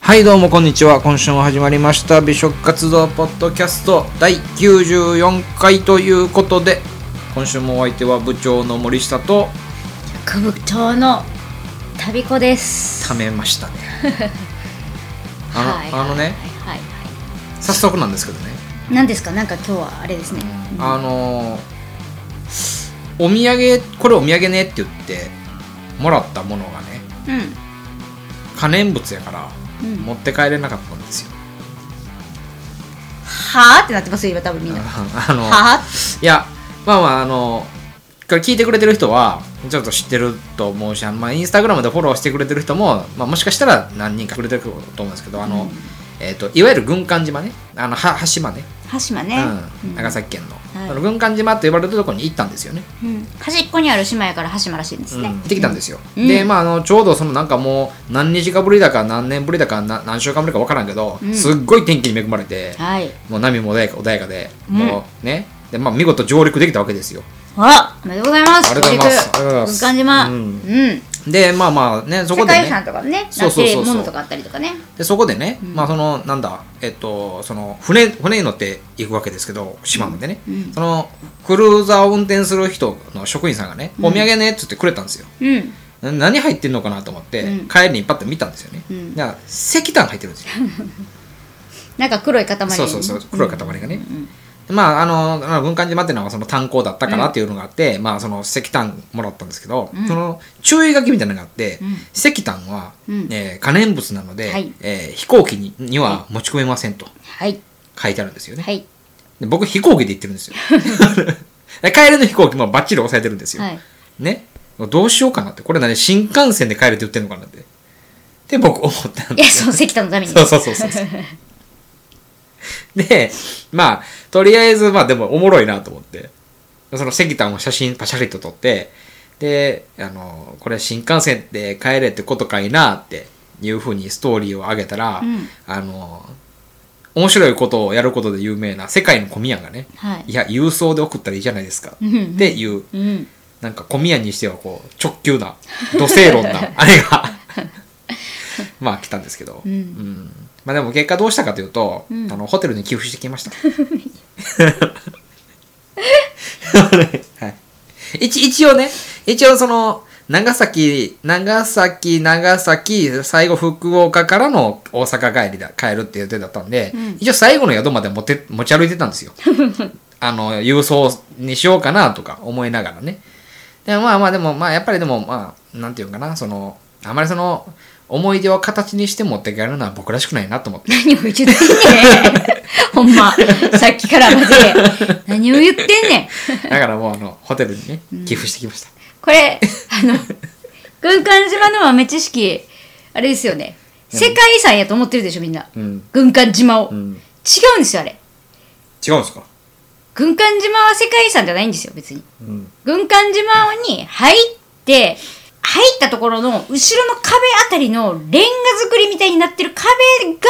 はいどうもこんにちは今週も始まりました美食活動ポッドキャスト第94回ということで今週もお相手は部長の森下と部長の旅子ですためましたねあの,、はいあのねはいはいは早速なんですけどね、い何ですかなんか今日はあれですねあのーお土産これお土産ねって言ってもらったものがねう可燃物やからんうん持って帰れなかったんですよ、はあってなってますよ今多分みんなは あのあいやまあまああのこれ聞いてくれてる人はちょっと知ってると思うしあの、まあ、インスタグラムでフォローしてくれてる人も、まあ、もしかしたら何人かくれてると思うんですけどあの、うんえー、といわゆる軍艦島ねあのは端島ね、羽島ねうん、長崎県の,、はいあの軍艦島って呼ばれるところに行ったんですよね、うん端っこにある島やから羽島らしいんですうんね行ってきたんですよ、うんで、まあ、あのちょうどそのなんかもう何日かぶりだか何年ぶりだかな何週間ぶりか分からんけど、うんすっごい天気に恵まれて、はいもう波も穏やか穏やかで、うんもうねで、まあ、見事上陸できたわけですよあおめでとうございますありがとうございますありがとうございます軍艦島ううんんでまあまあねそこ世で界遺産ねとかねそうそうそうそうなってるものとかあったりとかねでそこでね、まあそのなんだえっとその船船に乗って行くわけですけど島までね、うんそのクルーザーを運転する人の職員さんがね、お土産ねっつってくれたんですようんな何入ってんのかなと思って、うん帰りにパッと見たんですよね、うんだから石炭入ってるんですよ なんか黒い塊そうそうそう黒い塊がね、んまああのあの軍艦島っていうのはその炭鉱だったからっていうのがあって、まあその石炭もらったんですけど、その注意書きみたいなのがあって、ん石炭は、うんえー可燃物なので、はいえー飛行機にには持ち込めませんとはい書いてあるんですよね、はいで僕飛行機で行ってるんですよ で帰りの飛行機もバッチリ押さえてるんですよ、 はいねどうしようかなってこれ何新幹線で帰るって言ってるのかなってで僕思ったんいでやすそよの石炭のためにそうそうそうそうそうでまあとりあえずまあでもおもろいなと思ってその石炭を写真パシャリと撮ってであのこれ新幹線で帰れってことかいなっていうふうにストーリーを上げたら、うんあの面白いことをやることで有名な世界の小宮がね、 はいいや郵送で送ったらいいじゃないですかうんうんっていううんなんか小宮にしてはこう直球な土星 論なあれがまあ来たんですけど、うんまあでも結果どうしたかというと、うんあのホテルに寄付してき ましたはい、一一応ね一応その長崎長崎長崎最後福岡からの大阪帰りだ帰るっていう予定だったんで、うん一応最後の宿まで持って持ち歩いてたんです よあの郵送にしようかなとか思いながらねでもまあまあでもまあやっぱりでもまあなんていうのかなそのあまりその思い出を形にして持って帰るのは僕らしくないなと 思って何を言ってんねん。ほんま。さっきからマジで。何を言ってんねん。だからもうあのホテルにね寄付してきました、これ、あの、軍艦島の豆知識、あれですよね。世界遺産やと思ってるでしょ、みんな。うん軍艦島を。う違うんん、ですよ、あれ。違うんですか、軍艦島は世界遺産じゃないんですよ、別に。うん、軍艦島に入って、入ったところの後ろの壁あたりのレンガ作りみたいになってる壁が、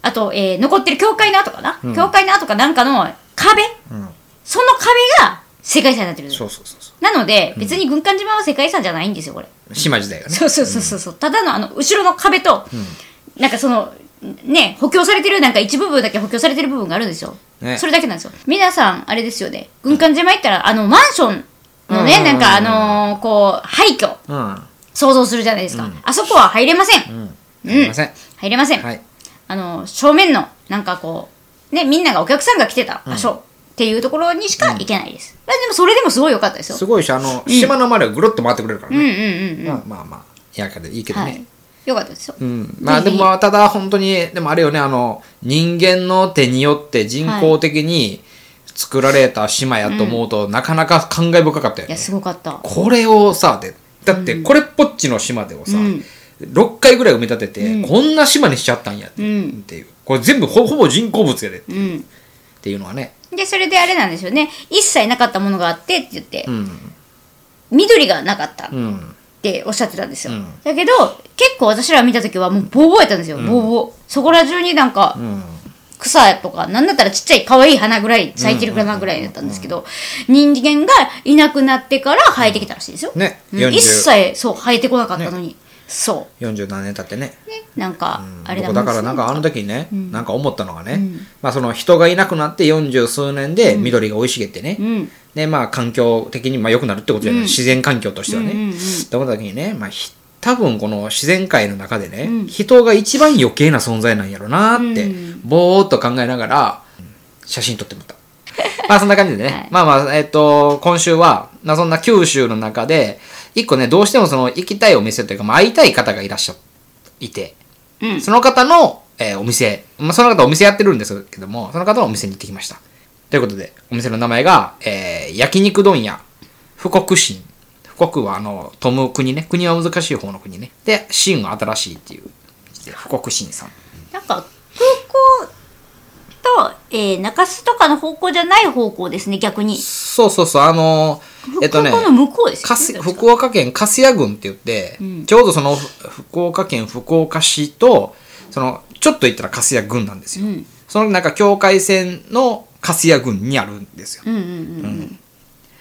あと、えー残ってる教会の跡かな、ん教会の跡かなんかの壁うん、その壁が世界遺産になってるんですそようそうそうそなので、別に軍艦島は世界遺産じゃないんですよ、これ。う島時代よねそうそうそうそうそう。ただのあの、後ろの壁と、なんかその、ね、補強されてる、なんか一部分だけ補強されてる部分があるんですよ。ねそれだけなんですよ。皆さん、あれですよね。軍艦島行ったら、あの、マンションのね、うんなんかあのーこう、廃墟、うん想像するじゃないですか。あそこは入れません。うんうんすいません、入れません。はいあの、正面の、なんかこう、ね、みんながお客さんが来てた場所っていうところにしか行けないです。まあでも、それでもすごい良かったですよす。ごいしあの島の周りをぐるっと回ってくれるからうんうんね、うんうまん。あまあまあやかでいいけどね、はい。良かったですよ。うん、まあぜでひもまあただ本当にでもあれよねあの人間の手によって人工的に作られた島やと思うと、なかなか感慨深かったよいねや、すごかった。これをさでだってこれっぽっちの島でをさ、うん6回ぐらい埋め立てて、こんな島にしちゃったんやって,、うんっていうこれ全部ほほぼ人工物やでっうん。ていうのはね、で、それであれなんですよね。一切なかったものがあってって言ってう、ん緑がなかったっうん、ておっしゃってたんですよ。うんだけど、結構私ら見た時はもうボーボーやったんですよ。ボーボー。そこら中になんか、うん草とか、なんだったらちっちゃい可愛い花ぐらい、咲いてる花ぐらいだったんですけど、人間がいなくなってから生えてきたらしいですよ。ねうん40一切、そう、生えてこなかったのに。そ47年経ってねう。ね、なんか、うんあれだ僕だからなんかあの時時ね、うんなんか思ったのがね、うんまあその人がいなくなって40数年で緑が生い茂ってね、うん。でまあ環境的にまあ良くなるってことじゃない、うん自然環境としてはね。うんうんうんって思った時にね、まあひ多分この自然界の中でね、うん人が一番余計な存在なんやろなーって、うんぼーっと考えながら写真撮っても らった。まあそんな感じでね、はいまあまあ、えっ、と、今週は、まあそんな九州の中で、一個ね、どうしてもその行きたいお店というか、まあ会いたい方がいらっしゃいて、うん。その方の、えーお店、まあ、その方お店やってるんですけども、その方のお店に行ってきました。ということで、お店の名前が、えー焼肉問屋、富国新。富国はあの、富む国ね。国は難しい方の国ね。で、新は新しいっていう。富国新さん。なんか、空港と、えー、中洲とかの方向じゃない方向ですね、逆に。そうそうそう、あのーえっとね、空港の向こうですかよすね。福岡県粕屋郡って言って、んちょうどそのふ福岡県福岡市とそのちょっと行ったら粕谷郡なんですよ、うんそのなんか境界線の粕谷郡にあるんですよ、うんうんうん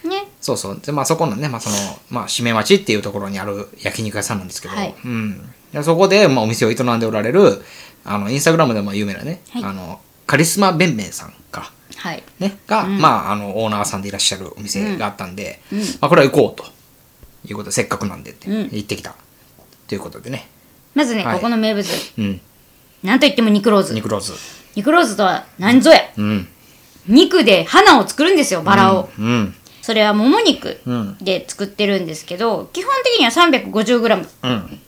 うん。ね。そうそうでまあそこのね、まあそのまあ、締め町っていうところにある焼肉屋さんなんですけど、はいうん、でそこで、まあ、お店を営んでおられるあのインスタグラムでも有名なね、はいあのカリスマべんべんさんかはい。ね、が、まあ、あの、オーナーさんでいらっしゃるお店があったんで、うんうんまあ、これは行こうと。いうことで、せっかくなんでって、うん行ってきた。ということでね。まずね、はいここの名物。うん。なんといっても肉ローズ。肉ローズ。肉ローズとは何ぞや。うん。肉で花を作るんですよ、バラを。うん。それはもも肉うんで作ってるんですけど、基本的には 350g うん。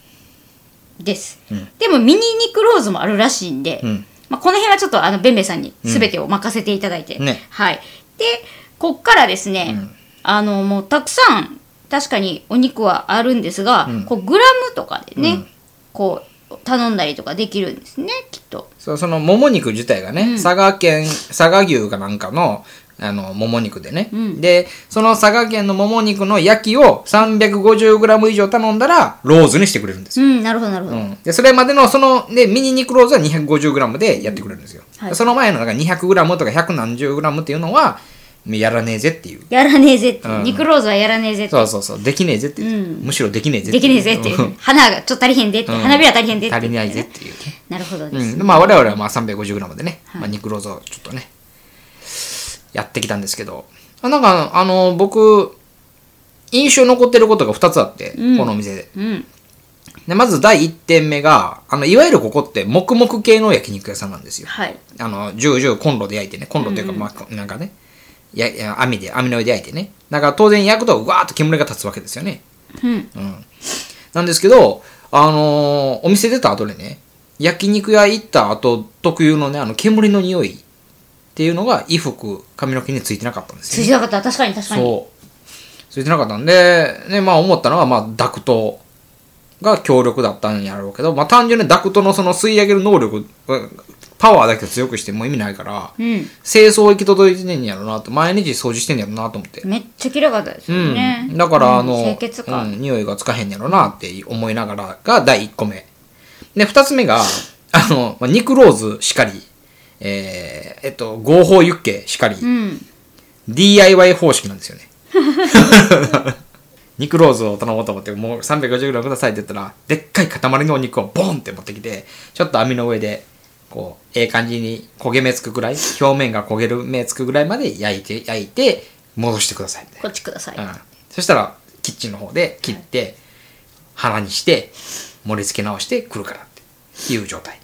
です、でもミニ肉ローズもあるらしいんで、うんまあ、この辺はちょっとあのべんべさんに全てを任せていただいて、うんねはいでこっからですね、あのもうたくさん確かにお肉はあるんですが、こうグラムとかでね、こう頼んだりとかできるんですねきっとそうその、もも肉自体がね、佐賀県、佐賀牛かなんかの、あの、もも肉でね。んで、その佐賀県のもも肉の焼きを 350g 以上頼んだら、ローズにしてくれるんですようんなるほどなるほど、うん、でそれまでのそのでミニ肉ローズは 250g でやってくれるんですよ、はいその前のだから 200g とか100何十 g っていうのはやらねえぜっていうやらねえぜって、うん肉ローズはやらねえぜってそうそうそうできねえぜっていう、むしろできねえぜできねえぜっていうう花がちょっと足りへんでって、ん花びら足りへんでって足りないねぜっていうねなるほどです、うん、でまあ我々はまあ 350g でね、まあ、肉ローズをちょっとねやってきたんですけどあなんかあの僕印象に残ってることが2つあって、うんこのお店でうんでまず第1点目があのいわゆるここって黙々系の焼肉屋さんなんですよはいあの、ジュージューコンロで焼いてね、コンロというか、まあこ、なんかね、やいや網で、網の上で焼いてね。だから当然焼くと、うわーっと煙が立つわけですよね。うんなんですけど、あのーお店出た後でね、焼肉屋行った後特有のね、あの、煙の匂いっていうのが、衣服、髪の毛についてなかったんです通よ、じなかった確かに確かにそう。ついてなかったんで、ね、まあ思ったのは、まあ、ダクトが強力だったんやろうけど、まあ単純にダクトのその吸い上げる能力、うんパワーだけ強くしても意味ないから、うん清掃行き届いてんねやろなと毎日掃除してんねやろなと思って、めっちゃ綺麗かったですうよんね、だからあうんの、清潔う感ん匂いがつかへんやろなって思いながらが第1個目で2つ目があの、まあ、肉ローズしかりえーえっと合法ユッケしかり、うん、 DIY 方式なんですよね 肉ローズを頼もうと思ってもう 350g くださいって言ったらでっかい塊のお肉をボンって持ってきてちょっと網の上でこうええ感じに焦げ目つくぐらい表面が焦げる目つくぐらいまで焼いて焼いて戻してくださいみたいこっちください、な、うん、そしたらキッチンの方で切って腹にして盛り付け直してくるからっていう状態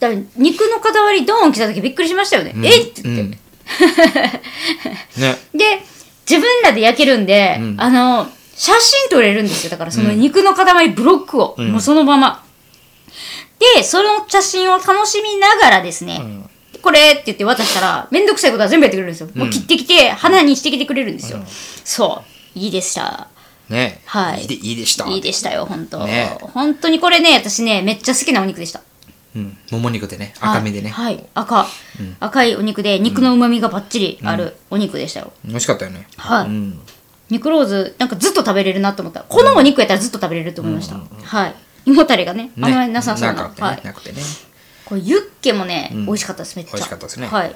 だから肉の塊ドーン来た時びっくりしましたよね、えっって言って、うん ねで自分らで焼けるんで、うんあの写真撮れるんですよだからその肉の塊ブロックを、うんもうそのままでその写真を楽しみながらですね、んこれって言って渡したらめんどくさいことは全部やってくれるんですよ、もう切ってきて花にしてきてくれるんですよ、そういいでしたねはいいいでいいでしたいいでしたよ本当、ね本当にこれね私ねめっちゃ好きなお肉でしたうん、もも肉でね赤身でね、はいはい赤、赤いお肉で肉のうまみがばっちりあるお肉でしたよ、美味しかったよねはいうん、肉ローズなんかずっと食べれるなと思ったこのお肉やったらずっと食べれると思いました、はい胃もたれがねあんまりなさそうななかったね、はい、なくてねこれユッケもね、ん美味しかったですめっちゃ美味しかったですねはい、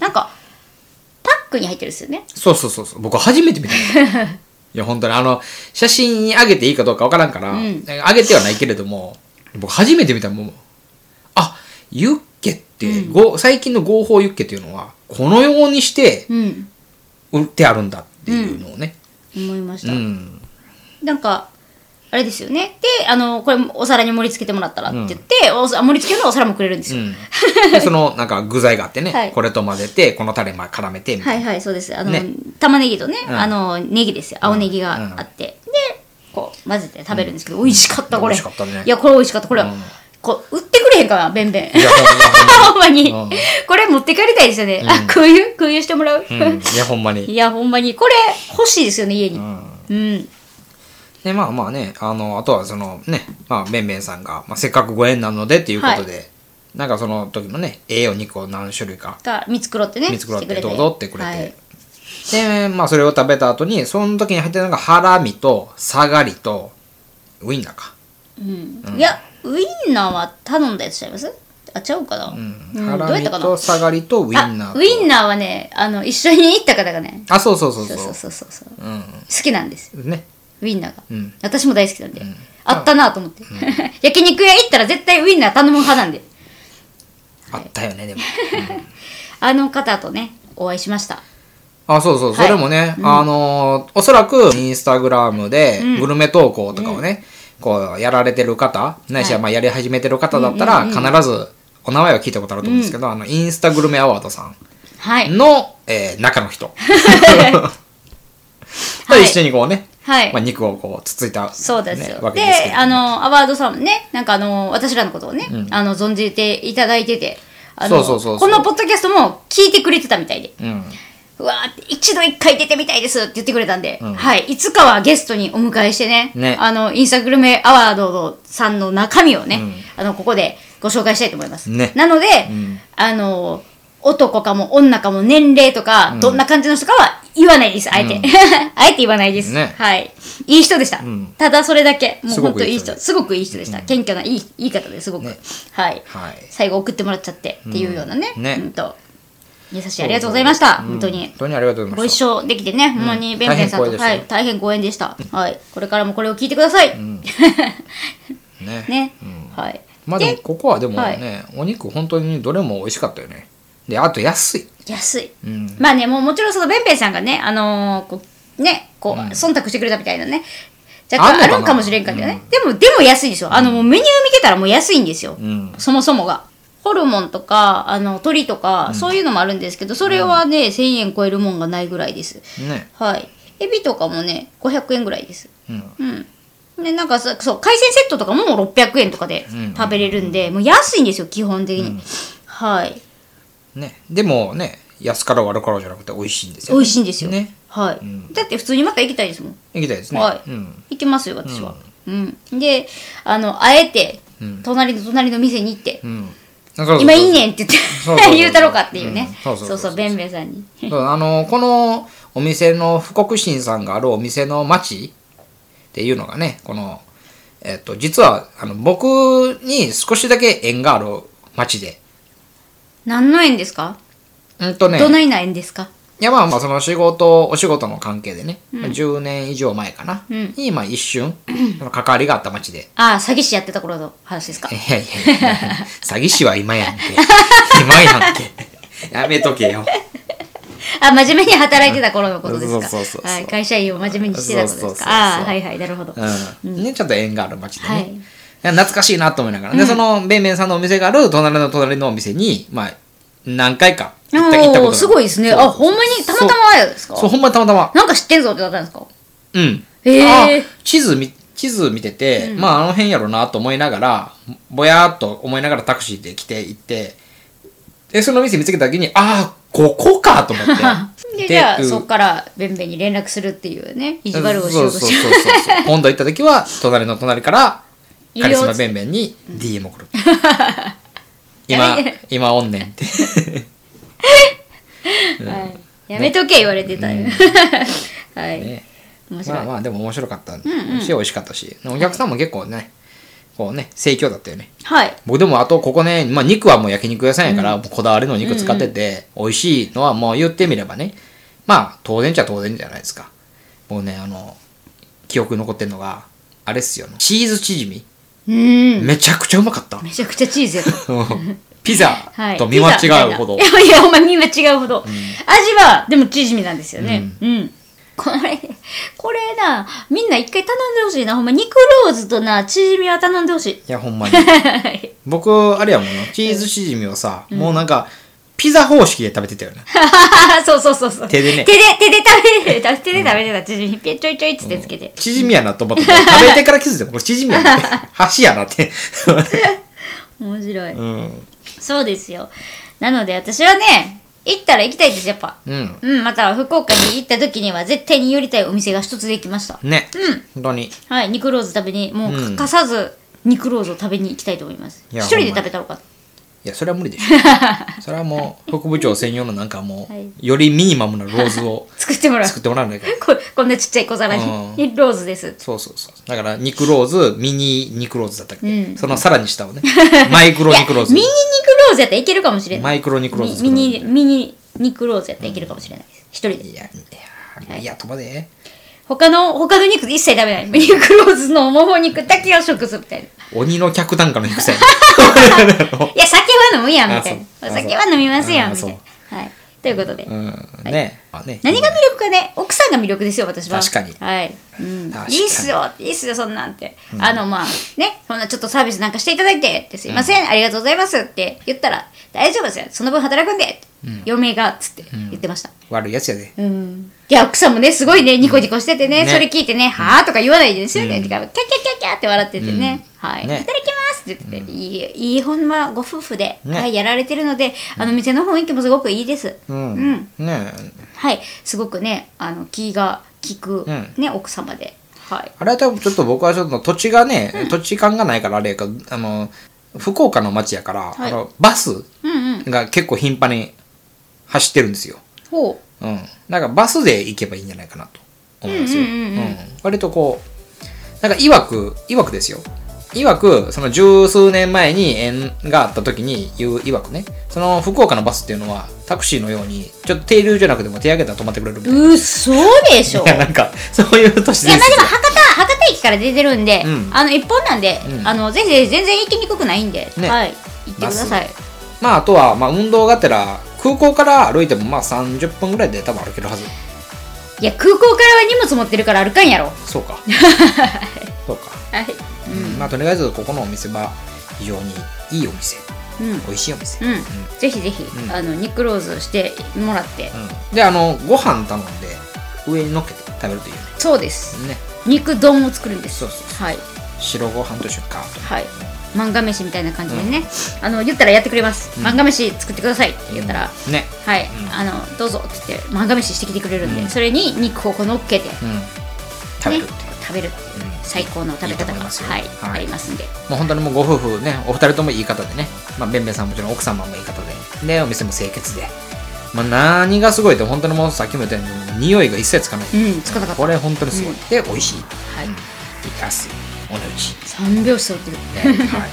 なんかパックに入ってるんですよね そうそうそうそう僕初めて見たいや、本当に、あの、写真に上げていいかどうかわからんから、うん上げてはないけれども、僕初めて見たもん、あ、ユッケって、ご最近の合法ユッケっていうのは、このようにしてうん売ってあるんだっていうのをね。思いましうた、ん。なんかあれですよねであのこれお皿に盛り付けてもらったらって言って、おさ盛り付けのお皿もくれるんですよ、うんでその、なんか具材があってね、はいこれと混ぜて、このタレま絡めて、みたいな。はいはいそうですあの、ね玉ねぎとね、うんあのネギですよ青ネギうんがあって、でこう混ぜて食べるんですけど、美味しかったこれ美味しかったねいやこれ美味しかったこれ、うんこう売ってくれへんかなべんべんいや、ほんまに ほんまうに、んこれ持って帰りたいですよね、んあ空輸空輸してもらう、うん、いやほんまに。 いやほんまにこれ欲しいですよね家にんうんでまあまあねあのあとはそのねまあべんべんさんが、まあ、せっかくご縁なのでっていうことで、なんかその時のねええお肉を何種類かが見繕ってね見繕っしてくてれどうぞってくれてはいでまあそれを食べた後にその時に入ってたのがハラミとサガリとウインナーか、うんいやウインナーは頼んだやつちゃいますあちゃうかな、うんうんハどラうやっミたかなとサガリとウインナーあとウインナーはねあの一緒に行った方がねあそうそうそうそそううそうそうそうそう好うきなんですよんねウインナーが、うん私も大好きなんで、あったなと思って、 焼肉屋行ったら絶対ウインナー頼む派なんであったよねでもあの方とねお会いしましたあ、そうそう、はいそれもね、あのーおそらく、インスタグラムで、グルメ投稿とかをね、こう、やられてる方、ないしは、はいまあ、やり始めてる方だったら、必ず、お名前は聞いたことあると思うんですけど、あの、インスタグルメアワードさはいんの、えー中の 人。 とはい一緒にこうね、はいまあ、肉をこう、つついた、そうですよ。ねわけでですけどもあ、の、アワードさんもね、なんかあの、私らのことをね、あの、存じていただいてて、あのそうそうそうそうこのポッドキャストも聞いてくれてたみたいで、うん。うわーって、一度一回出てみたいですって言ってくれたんで、んはい、いつかはゲストにお迎えしてね、ねあの、インスタグルメアワードさんの中身をね、あの、ここでご紹介したいと思います。ねなので、あの、男かも女かも年齢とか、どんな感じの人かは言わないです、あえ て。あえて言わないです。ねはい。いい人でした。ただそれだけ。もうすご本く当いいいい人人。すごくいい人でした。謙虚ないい、いい方ですごく、はい。はい最後送ってもらっちゃってっていうようなね。うんねうんと優しい。ありがとうございました。本当に本。当にありがとうござごいま一し緒できてね、ほんまに、ベンベンさんと、大変光栄でしたはい、大変光栄でした。はい、これからもこれを聞いてください。た。ね。 ね、はい。まあ、でも、でここはでもね、はいお肉本当にどれも美味しかったよね。で、あと安い。安い。んまあね、もうもちろんそのベンベンさんがね、あのーこう、ね、こう、忖度してくれたみたいなね、若あんの干かあなるんかもしれんからね。でも、でも安いでしょ。あの、もうメニュー見てたらもう安いんですよ。んそもそもが。ホルモンとか、あの、鶏とか、そういうのもあるんですけど、それはね、1000円超えるもんがないぐらいです。ね。はい。エビとかもね、500円ぐらいです。うん。うん。で、なんかさ、そう、海鮮セットとかももう600円とかで食べれるんで、もう安いんですよ、基本的に。はい。ね、でもね安から悪からじゃなくて美味しいんですよ美味しいんですよ。ねはい、だって普通にまた行きたいですもん。行きたいですね、はい、うん、行きますよ、私は。うん。で、あの、あえて、隣の隣の店に行って、うん、そうそうそう今いいねんって言ってそうそうそう 言うたろうかっていうね。うそんうそそううそそううそうベンベンさんに。そうあのこのお店の富国神さんがあるお店の町っていうのがねこのえっと実はあの僕に少しだけ縁がある町で何の縁ですか、うんとねどないな縁ですかいやまあまあその仕事お仕事の関係でね、まあ10年以上前かな、にまあ一瞬その関わりがあった町でああ、詐欺師やってた頃の話ですかいやいやいや詐欺師は今やん け。今やんけ。やめとけよ。あ、真面目に働いてた頃のことです か。そうそうそうそうはい、会社員を真面目にしてたことですか。そうそうそうそうああ、はいはい、なるほど。うん。ね、ちょっと縁がある街でね。はいいや懐かしいなと思いながら。で、その、べんべんさんのお店がある隣の隣のお店に、まあ、何回か行った行ったことおがお、すごいですね。あ、ほんまにたまたまあれですかそう、ほんまにたまたま。なんか知ってんぞってなったんですかうん。へえあ地図見、地図見てて、まあ、あの辺やろなと思いながら、ぼやーっと思いながらタクシーで来て行って、で、その店見つけた時に、ああ、ここかと思 って。で、じゃあ、うんそこからベンベンに連絡するっていうね、意地悪をしよそううとそうしそうてそうそう今度行った時は隣の隣からいるカよリスマ弁弁に DM 送る今やめ今おんねんってはいやめとけ言われてたよ。はい。ね面白い。まあまあでも面白かったし美味しかったしお客さんも結構ねこうね盛況だったよねはい。僕でもあとここね、まあ、肉はもう焼肉屋さんやから、もうこだわりの肉使ってて、美味しいのはもう言ってみればねまあ当然じゃ当然じゃないですかもうねあの記憶残ってんのが、あれっすよ、チーズチヂミ。うん。めちゃくちゃうまかった。めちゃくちゃチーズやった。ピザはい。と見間違うほど。ピザみたいないや、お前見間違うほど。味は、でもチヂミなんですよね。うん。これ、これな、みんな一回頼んでほしいな。ほんま、肉ローズとな、チヂミは頼んでほしい。いや、ほんまに。僕、あれやもんな、チーズチヂミをさ、もうなんか、ピザ方式で食べてたよね。そうそうそうそう。手でね手で、手で食べてた、手で食べてた、チヂミ。ペちょいちょいっつってつけて。チヂミやなと思って、食べてから気づいて、これチヂミや なって。箸やなって。面白い。うん。そうですよ。なので、私はね、行ったら行きたいです、やっぱ。うん。うん、また福岡に行った時には絶対に寄りたいお店が一つできました。ね。本当に。はい、肉ローズ食べに、もううん欠かさず肉ローズを食べに行きたいと思います。い一や人ほでんま食べたのかいや、それは無理でし ょ。それはもう、副部長専用のなんかも、はいうよりミニマムなローズ を作ってもらう。作ってもらわないから。ここんなちっちゃい小皿にうん、肉ローズです。そうそうそう。だから、肉ローズ、ミニ肉ローズだったっけ、うんそのさらに下 をね、マイクロ肉ローズミニ。肉ローズやったらいけるかもしれない。マイクロ肉ローズ作ミるミニ、ミニ肉ローズやったらいけるかもしれないです。一人いで。や、いや、いや、飛ばで。他の、他の肉一切食べない。肉ローズのもも肉だけを食すみたいな。鬼の客単価の肉さ いや、酒は飲むやん、みたいあな。そうあ酒は飲みますやん、みそたういな。はい。ということで。うん、ね。まあね何が魅力かね奥さんが魅力ですよ私は確かにはい、うん、確かにいいっすよいいっすよそんなんって、あのまあねそんなちょっとサービスなんかしていただいてってすいません、ありがとうございますって言ったら大丈夫ですよその分働くんでって、嫁がっつって言ってました、悪いやつやで。うんいや奥さんもねすごいねニコニコしててね,、ねそれ聞いてね「はあ」とか言わないでですよね、てかキャキャキャキャって笑っててね「はい、ねいただきます」って言ってて、いいいいほんまご夫婦で、ねはい、やられてるのであの店の雰囲気もすごくいいです、うん。うんねはい、すごくね、あの気が利く、うんね、奥様で。はい。あれは多分ちょっと僕はちょっと土地がね、土地勘がないからあれやか、あの、福岡の町やから、はあいのバスうんうん。が結構頻繁に走ってるんですよ。ほうん。だからバスで行けばいいんじゃないかなと思いますよ。うんうんうんうん。割とこう、なんかいわく、いわくですよ。いわく、その十数年前に縁があった時に言ういわくね、その福岡のバスっていうのはタクシーのように、ちょっと停留じゃなくても手上げたら止まってくれるみたいうな。うそでしょ。いいやや、ま あなんか、そういう都市で伝説でもすよ。博多、博多駅から出てるんで、うんあの一本なんで、うんあのぜひぜひ全然行きにくくないんで、ねはい。行ってください。まあ、あとは、まあ、運動がてら、空港から歩いてもまあ30分ぐらいで多分歩けるはず。いや、空港からは荷物持ってるから歩かんやろ。そう か。そうか。はい。うんまあ、とりあえず、ここのお店は非常にいいお店。うん。うん。美味しいお店。ぜひぜひ、んあの肉ローズしてもらって、うんであのご飯頼んで上にのっけて食べるといいよそうですねね肉丼を作るんですそうそうはい白ご飯と一緒にカーッとはい、漫画飯みたいな感じでね、あの言ったらやってくれます、漫画飯作ってくださいって言ったら、ねはい、あのどうぞって言って漫画飯してきてくれるんで、それに肉をこう乗っけて、うん食べるっていう、ね、食べるっていう最高の食べいいと方思いがますよはい、はいありますんでもう本当にもうご夫婦ねお二人ともいい方でねまあべんべんさんもちろん奥様もいい方ででお店も清潔でまあ何がすごいって本当にもうさっきも言ったように匂いが一切つかない、うんつかなかったこれ本当にすごい、で美味しいはい安いお値打ち三拍子揃ってるねはい、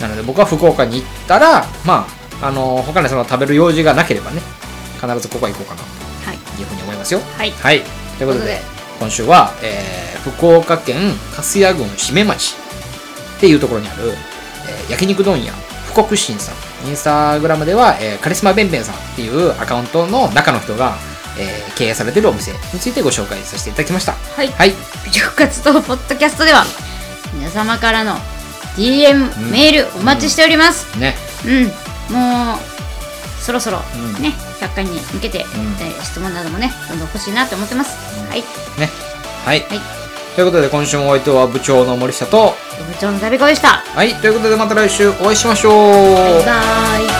なので僕は福岡に行ったらまああの他にその食べる用事がなければね必ずここは行こうかなはいというふうに思いますよはいはいということでということで今週は、えー福岡県粕屋郡志免町っていうところにある、えー焼肉問屋福国新さんインスタグラムでは、えーカリスマ弁弁さんっていうアカウントの中の人が、えー経営されてるお店についてご紹介させていただきましたはいはい美食活動ポッドキャストでは皆様からの DM、うんメールお待ちしております、ねうん、もうそろそろうんね、100回に向けて、えー質問などもねどんどん欲しいなと思ってます、はいねはい、はいということで今週もお相手は部長の森下と部長の旅子でしたはいということでまた来週お会いしましょうバイバーイ